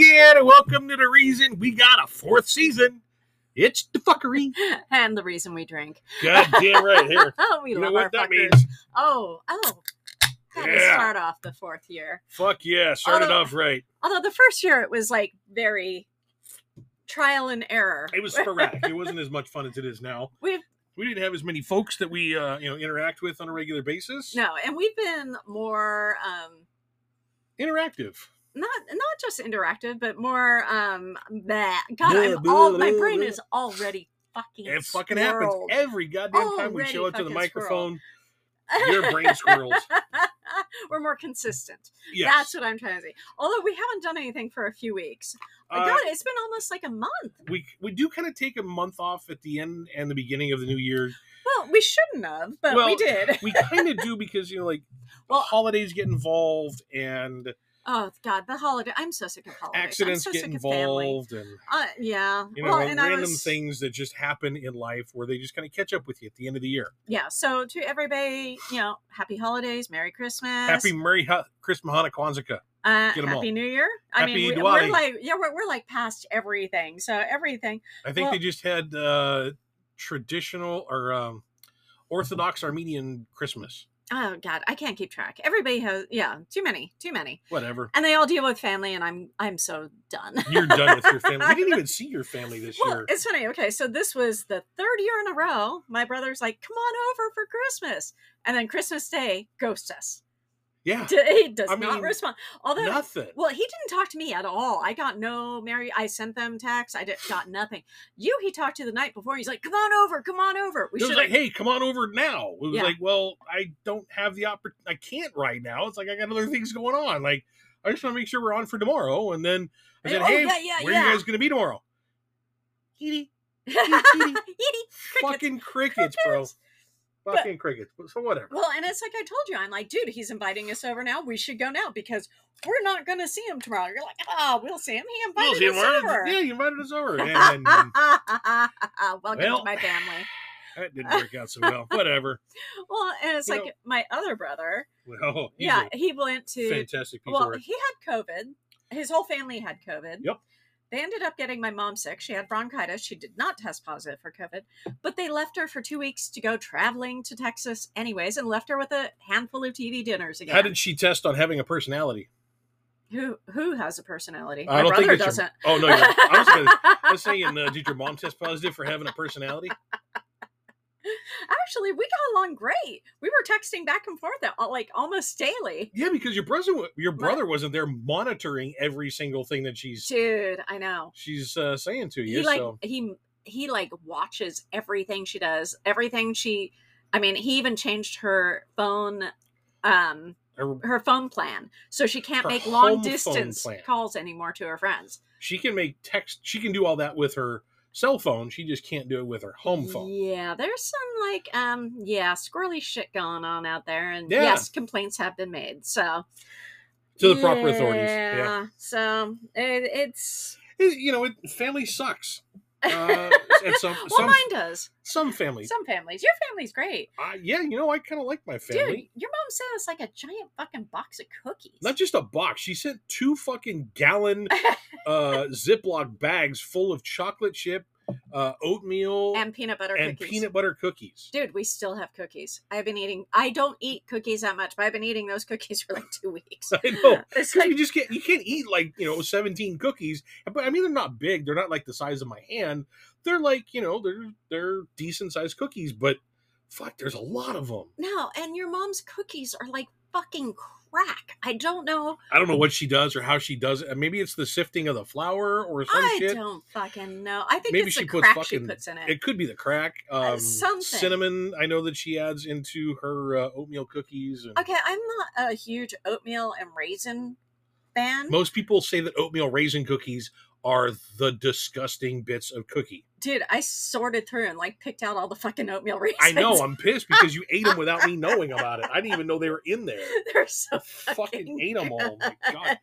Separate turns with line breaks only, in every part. there. Welcome to the reason we got a fourth season. It's the fuckery.
and the reason we drink.
God damn right here.
Oh, we
You know
love
what
our
that
fuckers.
means?
Oh, oh. Got to
Yeah.
start off the fourth year.
Fuck yeah. Started
Although-
off right.
Although the first year it was like very trial and error.
It was sporadic. it wasn't as much fun as it is now.
We've-
we didn't have as many folks that we uh, you know interact with on a regular basis.
No, and we've been more um
Interactive.
not not just interactive, but more um that God,
Blah,
I'm
blah,
all my
blah,
brain
blah.
is already fucking
It fucking happens
swirled.
every goddamn time we
Already
show up to the
fucking
microphone. Your brain squirrels.
We're more consistent.
Yes.
That's what I'm trying to say. Although we haven't done anything for a few weeks. My
Uh,
God, it's been almost like a month.
we we do kind of take a month off at the end and the beginning of the new year.
Well, we shouldn't have, but we
Well,
did.
We kind of do because you know like
Well-
holidays get involved and
Oh God, the holiday! I'm so sick of holidays.
accidents
I'm so
get
sick of family.
involved and
Uh, yeah.
you know
well,
and
and I
random
was
things that just happen in life where they just kind of catch up with you at the end of the year.
yeah. So to everybody, you know, happy holidays, Merry Christmas,
Happy Merry ha- Christmas Hanukkah Kwanzaa.
uh,
get 'em
Happy
all.
New Year. I
Happy
mean, we, we're
Diwali.
like yeah, we're, we're like past everything. So everything.
I think
Well-
they just had uh, traditional or um, Orthodox Armenian Christmas.
Oh God, I can't keep track. Everybody has yeah, too many, too many,
Whatever.
and they all deal with family, and I'm I'm so done.
You're done with your family. We didn't even see your family this
Well,
year.
it's funny. Okay, so this was the third year in a row. My brother's like, "Come on over for Christmas," and then Christmas Day ghosts us.
Yeah.
D- He does
I
not
mean,
respond. Although,
Nothing.
well, he didn't talk to me at all. I got no Mary. I sent them texts. I did, got nothing. You, he talked to the night before. He's like, "Come on over, come on over." We
it was
should.
like, hey, come on over now. It was
Yeah.
like, well, I don't have the oppor- I can't right now. It's like I got other things going on. Like, I just want to make sure we're on for tomorrow. And then I
Hey,
said,
oh,
hey,
yeah, yeah,
where
yeah."
are you guys going to be tomorrow? Kitty, fucking crickets, bro.
Crickets. But-
Fucking crickets. So whatever.
well, and it's like I told you, I'm like, dude, he's inviting us over now. We should go now because we're not going to see him tomorrow. You're like, ah, we'll see him. He
Well,
invited
you
us
invited-
over.
yeah, you invited us over. And
Welcome to
Well,
my family.
that didn't work out so well. Whatever.
Well, and it's
you
like
know-
my other brother.
Well, he's
Yeah,
a
he went to.
fantastic piece of
well,
work.
he had COVID. His whole family had COVID.
Yep.
They ended up getting my mom sick. She had bronchitis. She did not test positive for COVID, but they left her for two weeks to go traveling to Texas, anyways, and left her with a handful of TV dinners again.
How did she test on having a personality?
who who has a personality?
I
my
don't think
brother
it's your-
doesn't.
Oh no, you're right. I was gonna I was saying, uh, did your mom test positive for having a personality?
Actually, we got along great. We were texting back and forth at, like almost daily.
Yeah, because your brother, wa- your
Right.
brother wasn't there monitoring every single thing that she's
dude i know
she's uh, saying to you.
he like
so
he he like watches everything she does everything she i mean he even changed her phone um
her-
her phone plan so she can't
Her
make
home
long
phone
distance
plan.
calls anymore to her friends
she can make text. She can do all that with her cell phone. She just can't do it with her home phone.
yeah there's some like um yeah squirrely shit going on out there and
Yeah.
yes complaints have been made so
To the proper authorities, yeah.
Yeah, so it, it's
It- you know, it, family sucks. Uh, and some
well
some
mine does
some families.
some families your family's great
I- yeah, you know, I kind of like my
Dude,
family.
your mom sent us like a giant fucking box of cookies.
Not just a box. She sent two fucking gallon uh, Ziploc bags full of chocolate chip, uh, oatmeal,
and peanut butter
and
cookies.
peanut butter cookies.
Dude, we still have cookies. I've been eating. I don't eat cookies that much, but I've been eating those cookies for like two weeks.
I know.
It's
Because
like,
Oh, you just can't you can't eat like you know 17 cookies but i mean they're not big they're not like the size of my hand they're like you know they're they're decent sized cookies but fuck there's a lot of them
no, and your mom's cookies are like fucking crack. I don't know.
i don't know what she does or how she does it maybe it's the sifting of the flour or some
I
shit
don't fucking know. I think
Maybe
it's
she
the
puts
crack she
fucking-
puts in it.
it could be the crack um,
Uh, something.
cinnamon i know that she adds into her uh, oatmeal cookies and
Okay, I'm not a huge oatmeal and raisin fan.
most people say that oatmeal raisin cookies are the disgusting bits of cookie
Dude, I sorted through and like picked out all the fucking oatmeal raisins.
i know i'm pissed because you ate them without me knowing about it i didn't even know they were in there
They're so
fucking
fucking
ate them all. My God.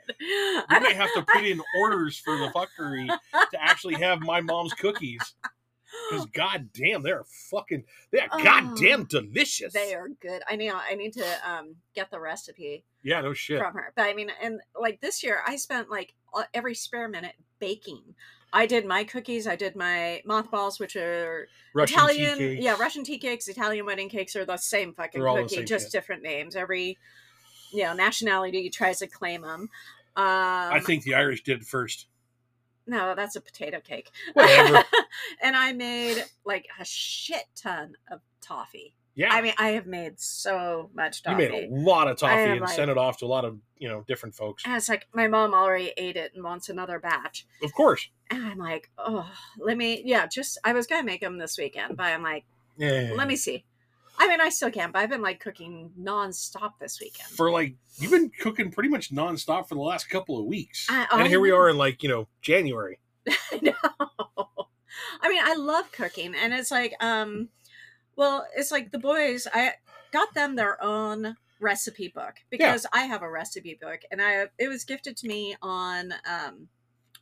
I
You may have to put in orders for the fuckery to actually have my mom's cookies. Because goddamn, they're fucking they're
Oh,
goddamn delicious.
they are good. I know I need to um get the recipe
Yeah, no shit.
from her. But I mean, and like this year, I spent like all- every spare minute baking. I did my cookies. I did my mothballs, which are
Russian
Italian.
tea cakes.
Yeah, Russian tea cakes, Italian wedding cakes are the same fucking
They're all the
cookie,
same
just
shit.
different names. Every you know nationality tries to claim them. Um,
I think the Irish did first.
no, that's a potato cake.
Whatever.
and I made like a shit ton of toffee.
Yeah.
I mean, I have made so much
you
toffee.
made a lot of toffee
am
and
like- Uh,
sent it off to a lot of, you know, different folks.
and it's like my mom already ate it and wants another batch.
Of course.
And I'm like, oh, let me, yeah, just, I was going to make them this weekend, but I'm like,
Yeah.
let me see. I mean, I still can, but I've been like cooking nonstop this weekend.
For like, you've been cooking pretty much nonstop for the last couple of weeks.
I-
and
I
here we
know.
are in like, you know, January.
I know. I mean, I love cooking, and it's like, um, well, it's like the boys. I got them their own recipe book because I have a recipe book, and I it was gifted to me on um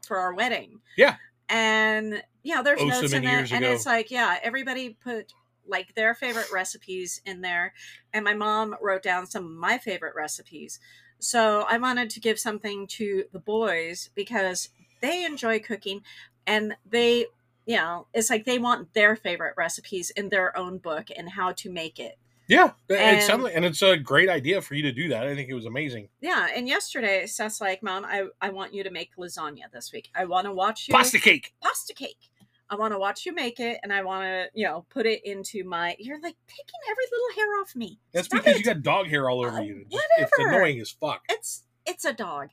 for our wedding.
Yeah.
and yeah, there's
Oh, so
notes in
many years
it, and
ago.
it's like, yeah, everybody put like their favorite recipes in there, and my mom wrote down some of my favorite recipes. So I wanted to give something to the boys because they enjoy cooking and they you know it's like they want their favorite recipes in their own book and how to make it
Yeah. And, it
And-
sounded- and it's a great idea for you to do that. I think it was amazing.
yeah and yesterday seth's like mom i, I want you to make lasagna this week i want to watch you
Pasta cake.
pasta cake i want to watch you make it and i want to you know put it into my you're like picking every little hair off me
That's
Stop
because
it.
you got dog hair all over
Uh,
you. It's, it's
whatever.
annoying as fuck.
it's it's a dog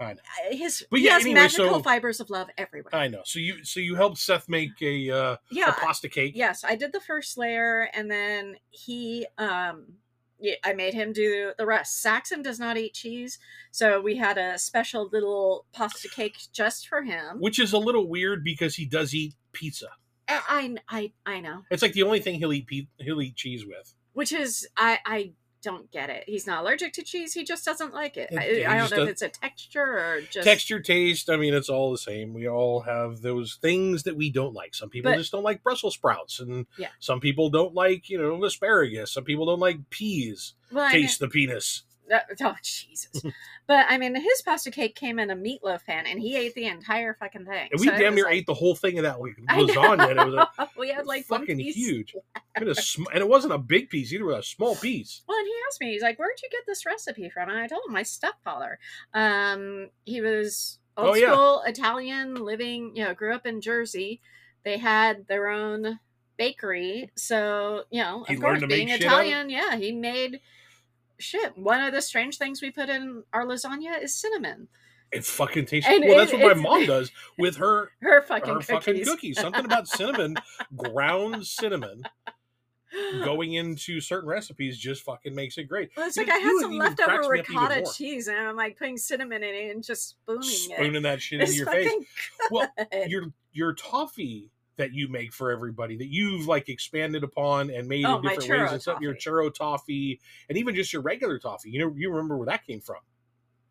I know.
Uh, his
But
he
yeah,
has
anyway, so-
magical fibers of love everywhere
I know. So you so you helped Seth make a uh, a
yeah
pasta cake.
yes i did the first layer and then he um yeah, i made him do the rest saxon does not eat cheese so we had a special little pasta cake just for him
which is a little weird because he does eat pizza.
i i i know
It's like the only thing he'll eat pe- he'll eat cheese with.
which is i i don't get it he's not allergic to cheese he just doesn't like it
It- he
i, I
just
don't know
doesn't-
if it's a texture or just
Texture, taste, I mean, it's all the same. We all have those things that we don't like. Some people
But-
just don't like Brussels sprouts, and
Yeah.
some people don't like you know asparagus. Some people don't like peas.
well, I mean-
Taste the penis.
That- oh Jesus! but I mean, his pasta cake came in a meatloaf pan, and he ate the entire fucking thing.
And we
So it
damn
was
near
like-
ate the whole thing of that like,
I know.
lasagna. And it was like,
we had like one
fucking
piece
huge. And, a sm- and it wasn't a big piece either; it was a small piece.
Well, and he asked me, he's like, "Where'd you get this recipe from?" And I told him my stepfather. Um, he was old
Oh, yeah.
school Italian, living, you know, grew up in Jersey. They had their own bakery, so you know,
He
of
learned
course,
to make
being
shit out of-
Italian, yeah, he made shit. One of the strange things we put in our lasagna is cinnamon.
It fucking tastes.
And
well,
it-
that's what my
it's-
mom does with her
Her fucking
or
cookies.
fucking cookies. Something about cinnamon, ground cinnamon going into certain recipes just fucking makes it great.
Well, it's
You-
like I
you
had some
even cracks
leftover
me up even
ricotta
more.
cheese, and I'm like putting cinnamon in it and just spooning it.
Spooning that shit into
It's
your
fucking
face. Well,
good.
Your your toffee that you make for everybody that you've like expanded upon and made
Oh,
in
my
different ways
churro
and stuff. Your churro toffee and even just your regular toffee. You know, you remember where that came from?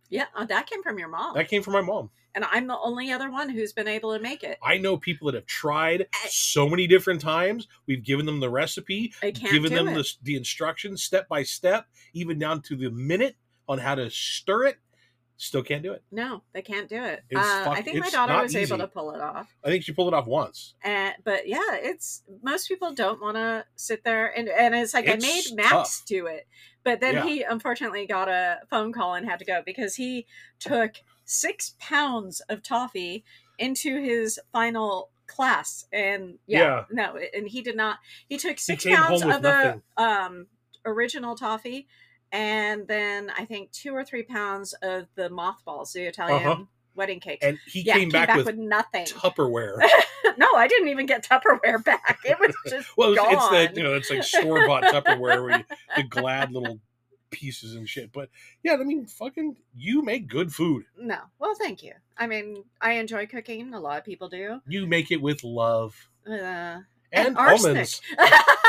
Yeah, uh, that came from your mom.
That came from my mom.
and I'm the only other one who's been able to make it.
I know people that have tried
I-
so many different times. We've given them the recipe,
I can't
given
do
them
it.
the, the instructions step by step, even down to the minute on how to stir it. Still can't do it.
no, they can't do it.
It's
Uh, I
fuck-
think my
it's
daughter
not
was
easy.
able to pull it off.
I think she pulled it off once.
And, but yeah, it's most people don't want to sit there and and it's like
It's
I made Max
tough.
do it, but then
Yeah.
he unfortunately got a phone call and had to go because he took six pounds of toffee into his final class and yeah,
Yeah.
no and he did not he took six
came
pounds
home with
of the
nothing.
um original toffee and then i think two or three pounds of the mothballs the italian wedding cakes
Uh-huh. And he
yeah
came, back, with,
nothing
Tupperware.
no, I didn't even get Tupperware back. It was just
Well, it's,
gone.
it's that you know, it's like store bought Tupperware, where you, the glad little pieces and shit. But yeah, I mean, fucking, you make good food.
no. Well, thank you. I mean, I enjoy cooking. A lot of people do.
You make it with love
Uh,
and,
and arsenic.
almonds.
oh,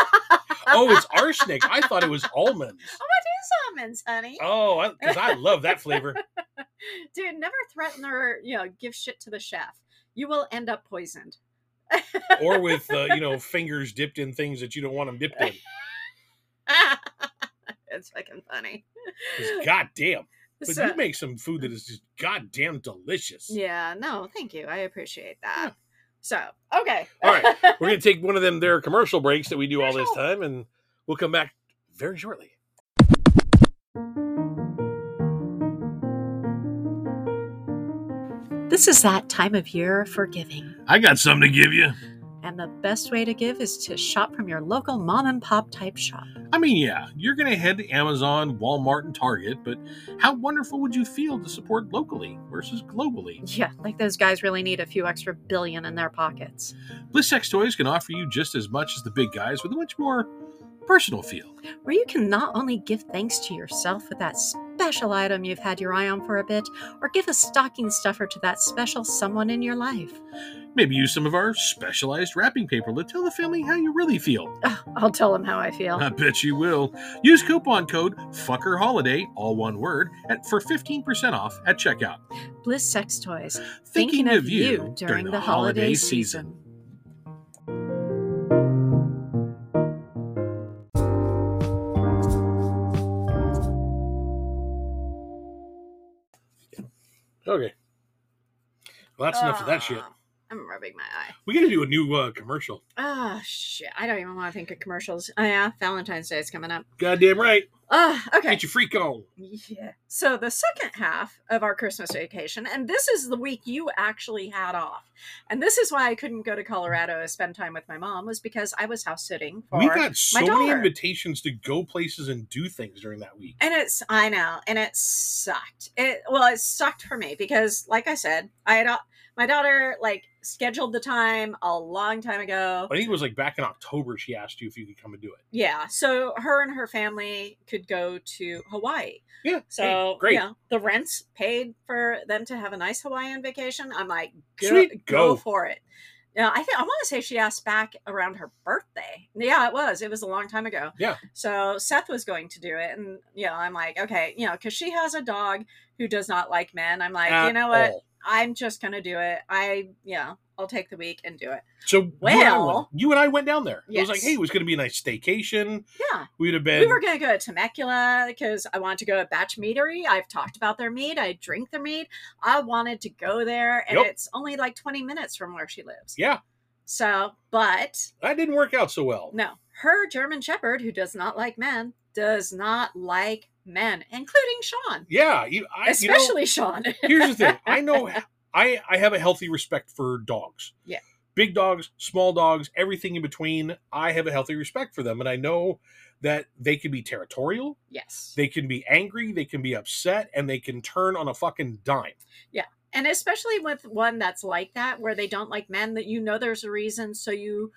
Oh, it's arsenic. I thought it was almonds.
what Oh, is almonds, honey?
Oh, because I, love that flavor.
Dude, never threaten or you know give shit to the chef. You will end up poisoned.
Or with uh, you know fingers dipped in things that you don't want them dipped in.
it's fucking funny.
'Cause goddamn, But
So-
you make some food that is just goddamn delicious.
yeah, no, thank you. I appreciate that. So, okay.
All right. We're going to take one of them there commercial breaks that we do all this
Commercial.
time, and we'll come back very shortly.
This is that time of year for giving.
I got something to give you.
And the best way to give is to shop from your local mom and pop type shop.
I mean, yeah, you're going to head to Amazon, Walmart, and Target, but how wonderful would you feel to support locally versus globally?
Yeah, like those guys really need a few extra billion in their pockets.
Bliss Sex Toys can offer you just as much as the big guys with a much more personal feel.
Where you can not only give thanks to yourself with that special item you've had your eye on for a bit, or give a stocking stuffer to that special someone in your life.
Maybe use some of our specialized wrapping paper to tell the family how you really feel.
Ugh, I'll tell them how I feel.
I bet you will. Use coupon code FUCKERHOLIDAY, all one word, at, for 15% off at checkout.
Bliss Sex Toys,
Thinking, of, you during, the holiday, season. Okay. Well, that's enough of that shit.
Ah, I'm rubbing my eye.
We got to do a new uh, commercial.
Oh shit! I don't even want to think of commercials. Oh, yeah, Valentine's Day is coming up.
Goddamn right.
Oh, okay.
Get your freak on.
Yeah. So the second half of our Christmas vacation, and this is the week you actually had off, and this is why I couldn't go to Colorado and spend time with my mom was because I was house sitting for.
We got so
my
many
daughter.
invitations to go places and do things during that week.
and it's I know, and it sucked. It well, it sucked for me because, like I said, I had al- my daughter like scheduled the time a long time ago.
I think it was like back in October she asked you if you could come and do it.
Yeah, so her and her family could go to Hawaii.
Yeah.
So
hey,
great.
great.
You know, the rent's paid for them to have a nice Hawaiian vacation. I'm like, go,
Sweet,
go.
go.
for it. Now, I think I want to say she asked back around her birthday. Yeah, it was. It was a long time ago.
Yeah.
So Seth was going to do it, and you know, I'm like, okay, you know, because she has a dog who does not like men. I'm like, you
At
know what?
all.
I'm just gonna do it. I, you know, I'll take the week and do it.
So well, you and I
Well-
went, you and I went down there. It was like,
Yes.
hey, it was going to be a nice staycation.
Yeah.
We'd have been.
we were going to go to Temecula because I wanted to go to Batch Meadery. I've talked about their meat. I drink their meat. I wanted to go there, and
Yep.
it's only like 20 minutes from where she lives.
yeah,
So, but
that didn't work out so well.
no, her German Shepherd, who does not like men, does not like men, including Sean,
Yeah, you, I, you know,
especially Sean.
here's the thing. I know I I have a healthy respect for dogs.
Yeah.
Big dogs, small dogs, everything in between. I have a healthy respect for them, and I know that they can be territorial.
yes.
They can be angry, they can be upset, and they can turn on a fucking dime.
And especially with one that's like that, where they don't like men, that you know there's a reason, so you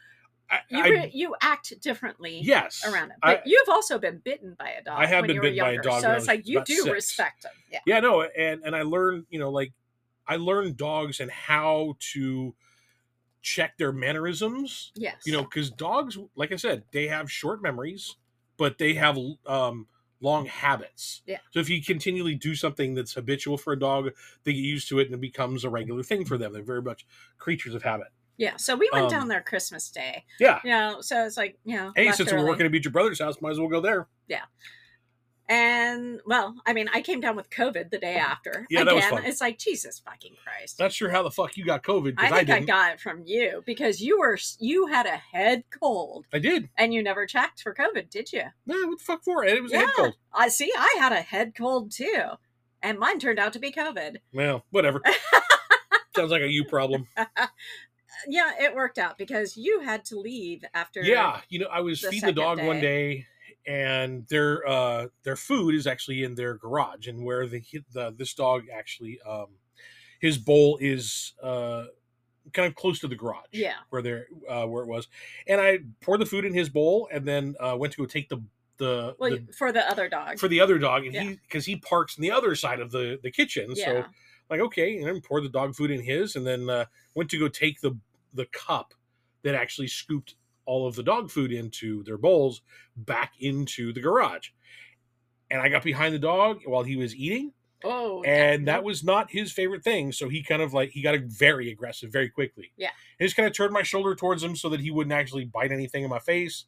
I,
you,
I-
re- you act differently.
yes,
around it.
I-
But you've also been bitten by a dog.
I have
when
been
you were
bitten by a
younger,
dog when
So
I
it's
was
like you
about
do
six.
respect them. Yeah.
yeah, no, and and I learned, you know, like I learned dogs and how to check their mannerisms.
Yes.
You know, because dogs, like I said, they have short memories, but they have um, long habits.
Yeah.
So if you continually do something that's habitual for a dog, they get used to it and it becomes a regular thing for them. They're very much creatures of habit.
Yeah. So we went
um,
down there Christmas Day.
Yeah.
You know, so it's like, you know,
Hey,
left
since
early.
we're working at Beat Your Brother's house, might as well go there.
and well, I mean, I came down with COVID the day after.
Yeah, that
Again,
was fun.
it's like Jesus fucking Christ.
Not sure how the fuck you got COVID
I
because I,
think I,
didn't. I,
got it from you because you were you had a head cold
did.
and you never checked for COVID, did you?
Nah, what the fuck for? And it was a head
Yeah.
cold.
I see. I had a head cold too, and mine turned out to be COVID.
Well, whatever. Sounds like a you problem.
Yeah, it worked out because you had to leave after.
Yeah, you know, I was
the
feeding the
second
dog one day, and their uh their food is actually in their garage, and where the the this dog actually um his bowl is uh kind of close to the garage.
Yeah.
where there uh, where it was, and I poured the food in his bowl, and then uh, went to go take the the,
Well,
the-
for the other dog.
for the other dog, and
Yeah.
he because he parks on the other side of the the kitchen, so
yeah.
like okay and then poured the dog food in his and then uh, went to go take the the cup that actually scooped all of the dog food into their bowls back into the garage and i got behind the dog while he was eating
oh,
and that was not his favorite thing so he kind of like he got very aggressive very quickly
Yeah.
i just kind of turned my shoulder towards him so that he wouldn't actually bite anything in my face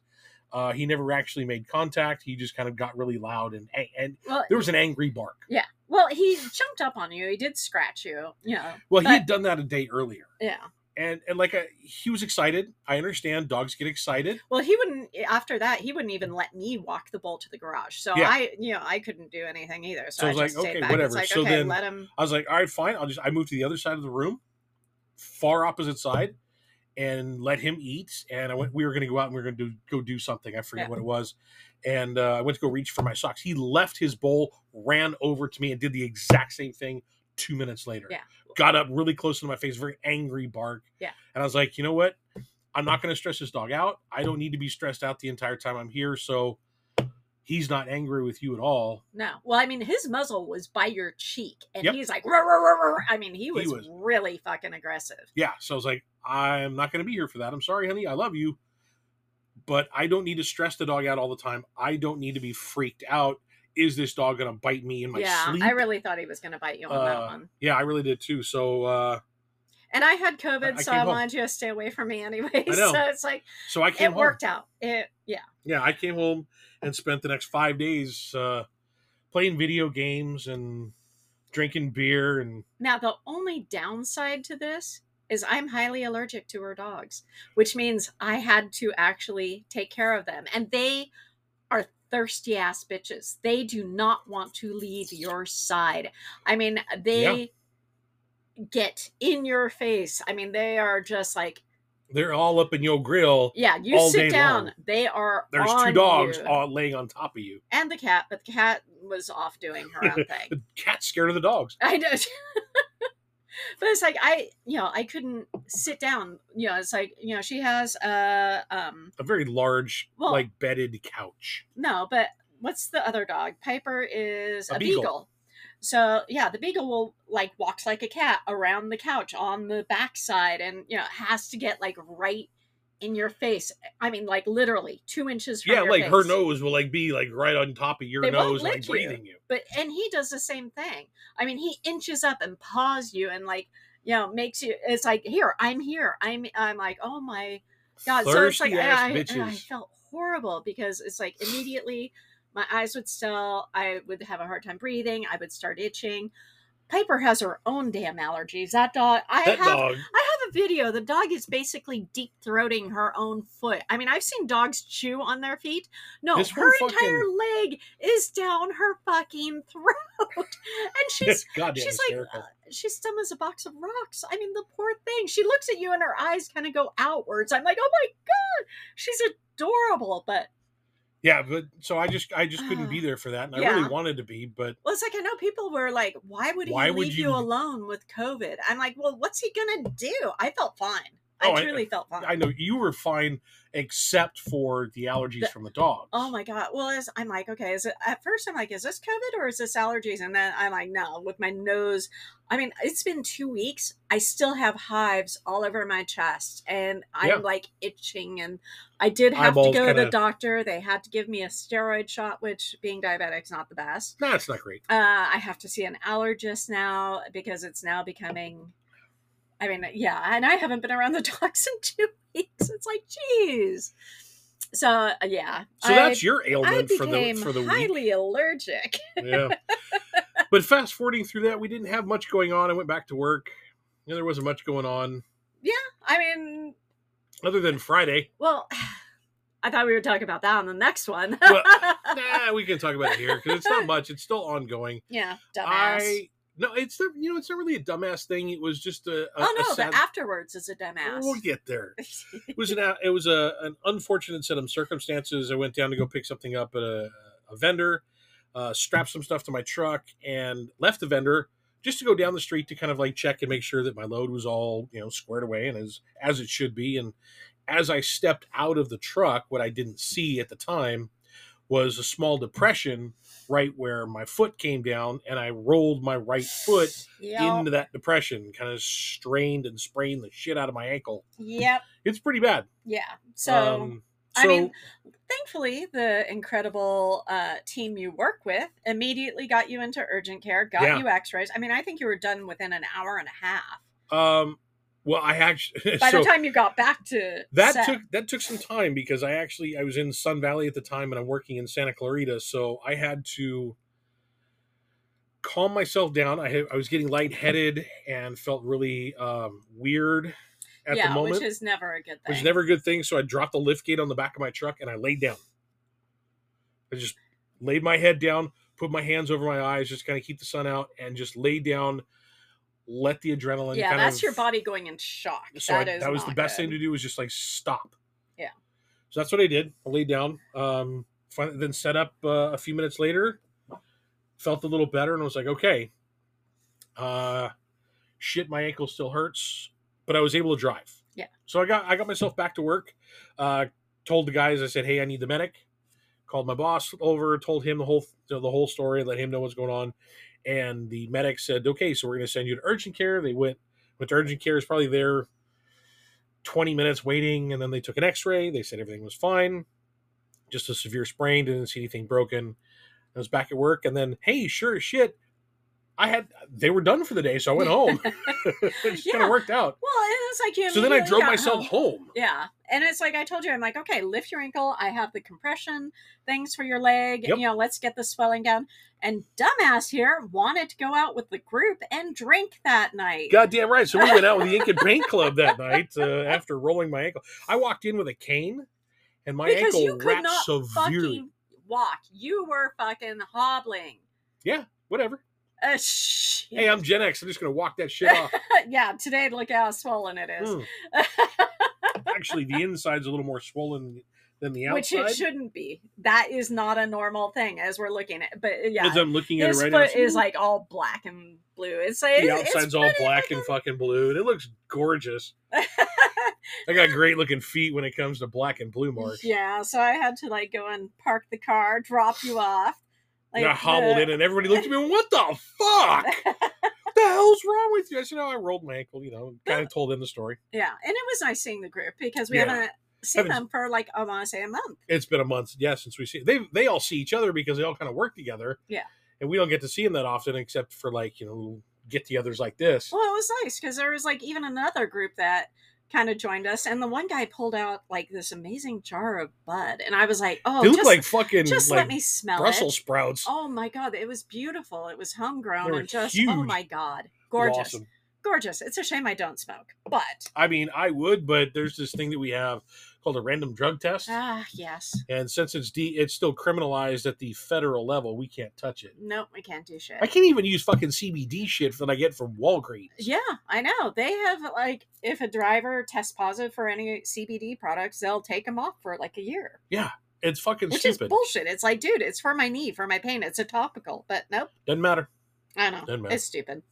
Uh, he never actually made contact. He just kind of got really loud and and
Well,
there was an angry bark.
yeah. Well, he jumped up on you. He did scratch you. You know.
Well, he
But-
had done that a day earlier,
Yeah.
and and like I, he was excited. I understand dogs get excited.
Well, he wouldn't. After that, he wouldn't even let me walk the bull to the garage. So
Yeah.
I, you know, I couldn't do anything either. So,
So
I
it's
just
like,
stayed
okay,
back.
whatever.
It's like,
So
okay,
then-
let him.
I was like, all right, fine. I'll just I moved to the other side of the room, far opposite side, and let him eat. And I went. We were going to go out and we were going to do, go do something. I forget
Yeah.
what it was. And uh, I went to go reach for my socks. He left his bowl, ran over to me, and did the exact same thing two minutes later.
Yeah.
Got up really close to my face, very angry bark.
Yeah.
And I was like, you know what? I'm not going to stress this dog out. I don't need to be stressed out the entire time I'm here. So he's not angry with you at all.
No. Well, I mean, his muzzle was by your cheek, and
Yep.
he's like, "Roar, roar, roar, roar." I mean, he was,
was-
really fucking aggressive.
yeah so i was like i'm not going to be here for that i'm sorry honey i love you but i don't need to stress the dog out all the time i don't need to be freaked out is this dog going to bite me in my
yeah,
sleep
I really thought he was going to bite you on that
Uh,
one.
yeah i really did too so uh
And I had COVID,
I
so
came
I
home.
wanted you to stay away from me anyway.
I know.
So it's like
so i
it
came home
worked out. It yeah.
yeah i came home and spent the next five days uh playing video games and drinking beer and
Now the only downside to this is I'm highly allergic to her dogs, which means I had to actually take care of them, and they are thirsty ass bitches. They do not want to leave your side. I mean, they. Get in your face. I mean, they are just like,
they're all up in your grill
yeah. You
All day
sit down.
long.
They are.
there's
on
two dogs
you.
all laying on top of you
and the cat, but the cat was off doing her own thing.
the cat's scared of the dogs
I know. but it's like I, you know, I couldn't sit down. You know, it's like you know, she has a um
a very large
Well-
like bedded couch
no, but what's the other dog? Piper is
A
a,
beagle.
beagle. So yeah, the beagle will like walks like a cat around the couch on the backside, and you know has to get like right in your face. I mean, like literally two inches. From
yeah,
your
like her
face.
nose will like be like right on top of your
They won't
nose, like
lick you.
breathing you.
but and he does the same thing i mean he inches up and paws you and like you know makes you it's like here i'm here i'm i'm like oh my god so it's like
Thirsty ass
I, I, I
bitches.
felt horrible because it's like immediately my eyes would swell i would have a hard time breathing i would start itching piper has her own damn allergies that dog i
That
have
dog,
I have a video. The dog is basically deep throating her own foot. I mean, I've seen dogs chew on their feet. No,
This one
her
fucking-
entire leg is down her fucking throat, and she's
goddamn
she's like
hysterical.
uh, she's dumb as a box of rocks. I mean, the poor thing. She looks at you, and her eyes kind of go outwards. I'm like, oh my god, she's adorable. But
yeah, but so I just I just couldn't
Ah,
be there for that, and I
yeah.
really wanted to be, but
well, it's like I know people were like, why would he
Why
leave
would
you
you-
alone with COVID? I'm like, well, what's he gonna do? I felt fine.
Oh, I-
I truly felt fine.
I know you were fine except for the allergies
The-
from the dogs.
Oh my god! Well, is, I'm like, okay. Is it at first? I'm like, is this COVID or is this allergies? And then I'm like, no. With my nose, I mean, it's been two weeks. I still have hives all over my chest, and I'm
Yeah.
like itching. And I did have
Eyeballs
to go to
kinda-
the doctor. They had to give me a steroid shot, which being diabetic's not the best.
Nah, it's not great.
Uh, I have to see an allergist now because it's now becoming. I mean, yeah, and I haven't been around the dogs in two weeks. It's like, geez. So uh, yeah,
So
I-
that's your
I
ailment for the
became
for the week.
highly allergic.
Yeah. but fast forwarding through that, we didn't have much going on. I went back to work. You know, there wasn't much going on
I mean,
other than Friday.
well, I thought we were talking about that on the next one.
Well, Nah, we can talk about it here because it's not much. It's still ongoing.
yeah, dumbass.
I no, it's not. You know, it's not really a dumbass thing. It was just a. a
oh
a
no,
sad-
the afterwards is a dumbass.
We'll get there. It was an. a- It was a an unfortunate set of circumstances. I went down to go pick something up at a, a vendor, uh, strapped some stuff to my truck, and left the vendor just to go down the street to kind of like check and make sure that my load was all you know squared away and as as it should be. And as I stepped out of the truck, what I didn't see at the time was a small depression right where my foot came down, and I rolled my right foot
yep.
into that depression, kind of strained and sprained the shit out of my ankle.
yep.
It's pretty bad.
Yeah. So
um, so
I mean, thankfully, the incredible uh, team you work with immediately got you into urgent care, got
Yeah.
you x rays. I mean, I think you were done within an hour and a half.
um, Well, I actually
By
so
the time you got back to
that
set,
took that took some time because I actually I was in Sun Valley at the time and I'm working in Santa Clarita, so I had to calm myself down. I had, I was getting lightheaded and felt really um, weird at
yeah,
the moment,
which is never a good thing.
which is never a good thing. So I dropped the lift gate on the back of my truck and I laid down. I just laid my head down, put my hands over my eyes, just kind of keep the sun out, and just lay down. Let the adrenaline.
yeah,
kind
that's
of,
your body going in shock.
so
that
I-
is
that was the
not
best
good.
thing to do was just like stop.
Yeah.
So that's what I did. I laid down. Um, fin- then set up uh, a few minutes later. Felt a little better and was like, okay. Uh, shit, my ankle still hurts, but I was able to drive.
Yeah.
So I got I got myself back to work. Uh, told the guys I said, hey, I need the medic. Called my boss over, told him the whole you know, the whole story, let him know what's going on, and the medic said, okay, so we're going to send you to urgent care. They went went to urgent care. Is probably there 20 minutes waiting and then they took an x-ray they said everything was fine just a severe sprain didn't see anything broken i was back at work and then hey sure as shit i had they were done for the day so i went home it just kind
Yeah.
of worked out
Well, it was like you.
so then i
immediately
drove
got
myself home
Yeah. And it's like I told you, I'm like, okay, lift your ankle. I have the compression things for your leg.
Yep.
You know, let's get the swelling down. And dumbass here wanted to go out with the group and drink that night.
goddamn right so we went out with the ink and paint club that night uh, after rolling my ankle i walked in with a cane and my
Because
ankle
you could
wrapped
not
severely
Fucking walk. You were fucking hobbling.
whatever
Uh, shh.
hey i'm gen x i'm just gonna walk that shit off
yeah, today look how swollen it is.
Mm. actually the inside's a little more swollen than the
Which
outside
it shouldn't be. That is not a normal thing as we're looking at. But yeah,
As I'm looking at it
his
right now,
foot
it's-
is like all black and blue. It's like
the
it's- it's
outside's all
pretty
black
fucking-
and fucking blue, and it looks gorgeous. I got great looking feet when it comes to black and blue marks.
Yeah, so I had to like go and park the car, drop you off.
and I hobbled
the-
in, and everybody looked at me, what the fuck? what the hell's wrong with you? I said, no, I rolled my ankle, you know, kind of told them the story.
Yeah, and it was nice seeing the group because we
Yeah.
haven't seen
Haven't-
them for like I want to say a month.
It's been a month, yeah, since we see they they all see each other because they all kind of work together.
Yeah.
And we don't get to see them that often except for like, you know, get togethers like this.
Well, it was nice because there was like even another group that kind of joined us, and the one guy pulled out like this amazing jar of bud, and I was like, oh,
they look
just,
like fucking
just
like
let me smell
Brussels
it.
sprouts.
Oh my god, it was beautiful. It was homegrown
They were
and just oh
huge.
my god,
They're
gorgeous,
Awesome.
gorgeous. It's a shame I don't smoke, but
I mean, I would, but there's this thing that we have called a random drug test,
ah yes,
and since it's de- it's still criminalized at the federal level, we can't touch it.
nope, we can't do shit.
I can't even use fucking CBD shit that I get from Walgreens.
Yeah, I know. They have like if a driver tests positive for any CBD products, they'll take them off for like a year,
It's fucking
which is
stupid.
bullshit. It's like, dude, it's for my knee, for my pain. It's a topical, but nope.
Doesn't matter.
I know.
Doesn't matter.
It's stupid.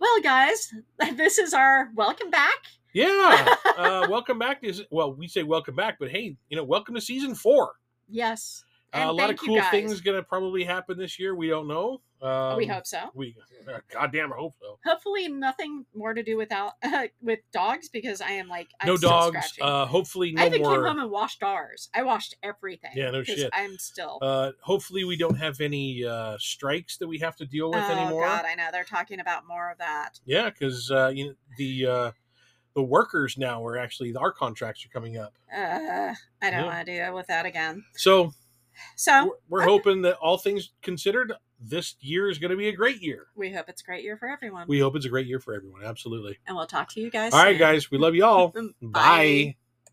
Well, guys, this is our welcome back.
Yeah. uh, welcome back. Is well, we say welcome back, but hey, you know, welcome to season four.
Yes.
Uh,
And
a lot of
thank you
cool
guys.
things gonna probably happen this year. We don't know. Um,
we hope so.
We uh, goddamn, I hope so.
Hopefully, nothing more to do without with dogs because I am like I'm
no
still
dogs.
scratching.
Uh, hopefully, no
I even
more.
came home and washed ours. I washed everything.
Yeah, no
'cause
shit.
I'm still.
Uh, hopefully, we don't have any uh, strikes that we have to deal with
oh
anymore.
God, I know they're talking about more of that.
Yeah, because uh, you know, the uh, the workers now are actually our contracts are coming up.
uh, I don't
Yeah.
want to deal with that again.
So
So
we're, we're hoping that all things considered, this year is going to be a great year.
we hope it's a great year for everyone.
We hope it's a great year for everyone. Absolutely.
and we'll talk to you guys.
All right,
soon.
guys, we love y'all.
Mm,
Bye.